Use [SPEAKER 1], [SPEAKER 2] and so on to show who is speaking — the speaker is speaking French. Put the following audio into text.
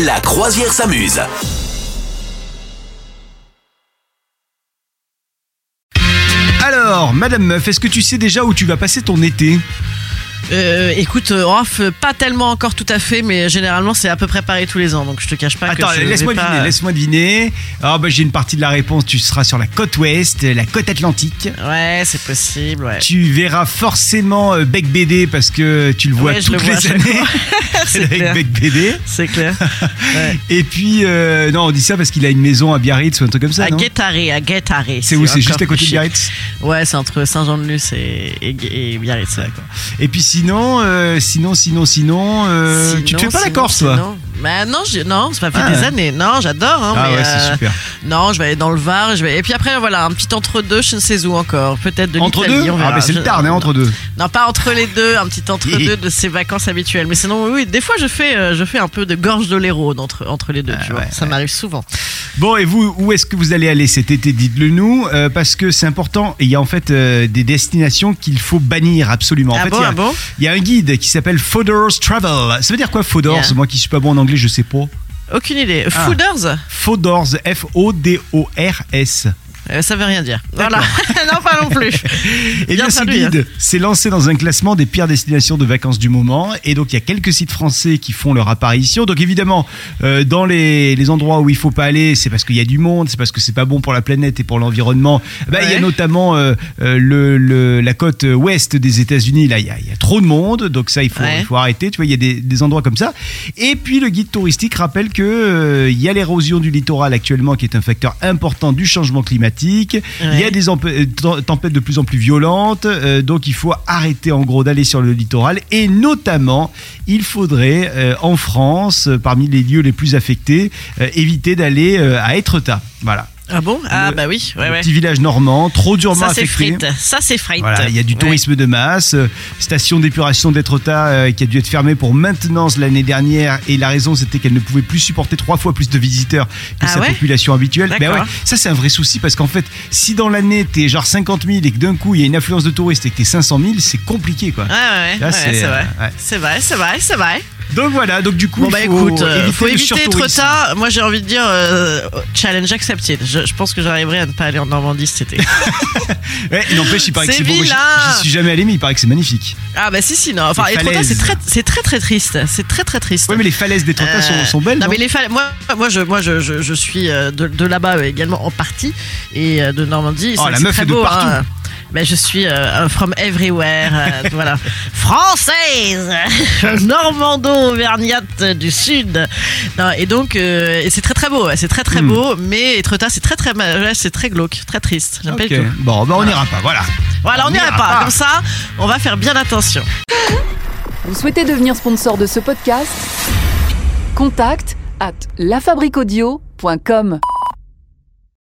[SPEAKER 1] La croisière s'amuse.
[SPEAKER 2] Alors, Madame Meuf, est-ce que tu sais déjà où tu vas passer ton été
[SPEAKER 3] Euh, écoute, euh, off, euh, pas tellement encore tout à fait, mais généralement c'est à peu près pareil tous les ans, donc je te cache pas
[SPEAKER 2] Attends,
[SPEAKER 3] que je
[SPEAKER 2] laisse-moi
[SPEAKER 3] vais pas-
[SPEAKER 2] deviner, laisse-moi deviner. Ah bah j'ai une partie de la réponse, tu seras sur la côte ouest, la côte atlantique.
[SPEAKER 3] Ouais, c'est possible, ouais.
[SPEAKER 2] Tu verras forcément euh, Bec BD parce que tu le vois
[SPEAKER 3] Ouais, je
[SPEAKER 2] toutes
[SPEAKER 3] le vois à
[SPEAKER 2] les
[SPEAKER 3] chaque
[SPEAKER 2] années.
[SPEAKER 3] fois. c'est
[SPEAKER 2] avec
[SPEAKER 3] clair.
[SPEAKER 2] Bec BD.
[SPEAKER 3] C'est clair. Ouais.
[SPEAKER 2] Et puis, euh, non, on dit ça parce qu'il a une maison à Biarritz ou un truc comme ça,
[SPEAKER 3] à
[SPEAKER 2] non
[SPEAKER 3] Guétaré, à Guétaré.
[SPEAKER 2] C'est où C'est juste
[SPEAKER 3] encore
[SPEAKER 2] à côté
[SPEAKER 3] plus
[SPEAKER 2] de
[SPEAKER 3] chic.
[SPEAKER 2] Biarritz
[SPEAKER 3] Ouais, c'est entre Saint-Jean-de-Luz et, et, et Biarritz. ouais.
[SPEAKER 2] Et puis sinon, euh, sinon, sinon, sinon, euh, tu te fais
[SPEAKER 3] Sinon,
[SPEAKER 2] pas la
[SPEAKER 3] sinon,
[SPEAKER 2] Corse, toi
[SPEAKER 3] sinon- Bah non, je- non, ça fait
[SPEAKER 2] Ah,
[SPEAKER 3] des
[SPEAKER 2] ouais.
[SPEAKER 3] années. Non, j'adore. Hein,
[SPEAKER 2] Ah
[SPEAKER 3] mais,
[SPEAKER 2] ouais, c'est
[SPEAKER 3] euh,
[SPEAKER 2] super.
[SPEAKER 3] Non, je vais aller dans le Var. Je vais... Et puis après, voilà, un petit entre-deux, je ne sais où encore. Peut-être de
[SPEAKER 2] Entre
[SPEAKER 3] l'Italie,
[SPEAKER 2] deux
[SPEAKER 3] on
[SPEAKER 2] Ah
[SPEAKER 3] verra.
[SPEAKER 2] bah c'est le
[SPEAKER 3] Je-
[SPEAKER 2] Tarn, hein, entre deux.
[SPEAKER 3] Non, pas entre les deux, un petit entre deux de ses vacances habituelles. Mais sinon, oui, oui, des fois, je fais, euh, je fais un peu de gorge de l'héros entre, entre les deux, tu vois.
[SPEAKER 2] Ah ouais,
[SPEAKER 3] ça m'arrive souvent.
[SPEAKER 2] Bon, et vous, où est-ce que vous allez aller cet été Dites-le nous, euh, parce que c'est important. Et il y a en fait euh, des destinations qu'il faut bannir absolument. En
[SPEAKER 3] ah
[SPEAKER 2] fait,
[SPEAKER 3] bon,
[SPEAKER 2] il y a-
[SPEAKER 3] ah bon
[SPEAKER 2] il y, a un guide qui s'appelle Fodor's Travel. Ça veut dire quoi Fodor's
[SPEAKER 3] Yeah.
[SPEAKER 2] Moi qui suis pas bon en anglais, je sais pas.
[SPEAKER 3] Aucune idée.
[SPEAKER 2] Ah.
[SPEAKER 3] Fooders
[SPEAKER 2] Fodor's, F-O-D-O-R-S.
[SPEAKER 3] Euh, Ça veut rien dire. Voilà. non, pas non plus.
[SPEAKER 2] Et bien, ce
[SPEAKER 3] traduit, hein.
[SPEAKER 2] guide s'est lancé dans un classement des pires destinations de vacances du moment. Et donc, il y a quelques sites français qui font leur apparition. Donc, évidemment, euh, dans les, les endroits où il faut pas aller, c'est parce qu'il y a du monde, c'est parce que c'est pas bon pour la planète et pour l'environnement. Bah, Il y a
[SPEAKER 3] Ouais.
[SPEAKER 2] notamment euh, euh, le, le- la côte ouest des États-Unis. Là, il y, a- il y a trop de monde. Donc, ça, il faut,
[SPEAKER 3] Ouais.
[SPEAKER 2] il faut arrêter. Tu vois, il y a des, des endroits comme ça. Et puis, le guide touristique rappelle que euh, il y a l'érosion du littoral actuellement qui est un facteur important du changement climatique. Il y a
[SPEAKER 3] Ouais.
[SPEAKER 2] des empe- euh, tem- tempêtes de plus en plus violentes, euh, donc il faut arrêter en gros d'aller sur le littoral. Et notamment, il faudrait euh, en France, euh, parmi les lieux les plus affectés, euh, éviter d'aller euh, à Etretat. Voilà,
[SPEAKER 3] Ah bon Ah
[SPEAKER 2] Le-
[SPEAKER 3] bah oui, ouais,
[SPEAKER 2] Le
[SPEAKER 3] ouais.
[SPEAKER 2] petit village normand, trop durement
[SPEAKER 3] Ça, c'est
[SPEAKER 2] affecté.
[SPEAKER 3] frites. Ça, c'est frites.
[SPEAKER 2] Voilà, il y a du
[SPEAKER 3] Ouais.
[SPEAKER 2] tourisme de masse, euh, station d'épuration d'Etretat euh, qui a dû être fermée pour maintenance l'année dernière et la raison c'était qu'elle ne pouvait plus supporter trois fois plus de visiteurs que
[SPEAKER 3] Ah
[SPEAKER 2] sa
[SPEAKER 3] ouais
[SPEAKER 2] population habituelle. Ben
[SPEAKER 3] D'accord.
[SPEAKER 2] ouais, ça c'est un vrai souci parce qu'en fait, si dans l'année t'es genre 50 000 et que d'un coup il y a une affluence de touristes et que t'es 500 000, c'est compliqué quoi.
[SPEAKER 3] Ouais, ouais, ouais,
[SPEAKER 2] Là,
[SPEAKER 3] ouais,
[SPEAKER 2] c'est,
[SPEAKER 3] c'est vrai.
[SPEAKER 2] euh, ouais.
[SPEAKER 3] C'est vrai, c'est vrai, c'est vrai.
[SPEAKER 2] Donc voilà, donc du coup
[SPEAKER 3] Bon bah
[SPEAKER 2] il faut
[SPEAKER 3] écoute, euh, faut
[SPEAKER 2] le
[SPEAKER 3] éviter trop
[SPEAKER 2] surtourisme.
[SPEAKER 3] tard. Moi j'ai envie de dire euh, challenge accepted. Je, je pense que j'arriverai à ne pas aller en Normandie cet été.
[SPEAKER 2] Ouais, et n'empêche, il paraît que
[SPEAKER 3] C'est
[SPEAKER 2] c'est beau. Moi,
[SPEAKER 3] vilain
[SPEAKER 2] J'y j'y suis jamais allé mais il paraît que c'est magnifique.
[SPEAKER 3] Ah bah si si non. Enfin
[SPEAKER 2] Les
[SPEAKER 3] et Trotta,
[SPEAKER 2] falaises.
[SPEAKER 3] c'est très c'est très très triste. C'est très très triste.
[SPEAKER 2] Ouais mais les falaises d'Etretat
[SPEAKER 3] Euh,
[SPEAKER 2] sont, sont belles.
[SPEAKER 3] Non,
[SPEAKER 2] non
[SPEAKER 3] mais les falaises. Moi, moi, je, moi, je, je, je suis euh, de, de là-bas euh, également en partie et euh, de Normandie.
[SPEAKER 2] Oh,
[SPEAKER 3] c'est-
[SPEAKER 2] la
[SPEAKER 3] c'est
[SPEAKER 2] meuf
[SPEAKER 3] très
[SPEAKER 2] est de
[SPEAKER 3] beau,
[SPEAKER 2] partout.
[SPEAKER 3] hein. Ben, je suis euh, from everywhere, euh, voilà. Française, normando-auvergnate du sud. Non, et donc, euh, et c'est très très beau, ouais, c'est très très
[SPEAKER 2] Hmm.
[SPEAKER 3] beau, mais Etretat, c'est très très, mal- ouais, c'est très glauque, très triste. J'aime pas
[SPEAKER 2] Ok.
[SPEAKER 3] du tout.
[SPEAKER 2] Bon, bah on n'ira pas, voilà.
[SPEAKER 3] Voilà, on
[SPEAKER 2] On
[SPEAKER 3] n'irait
[SPEAKER 2] n'ira
[SPEAKER 3] pas.
[SPEAKER 2] pas.
[SPEAKER 3] Comme ça, on va faire bien attention.
[SPEAKER 4] Vous souhaitez devenir sponsor de ce podcast Contact à lafabriquaudio.com.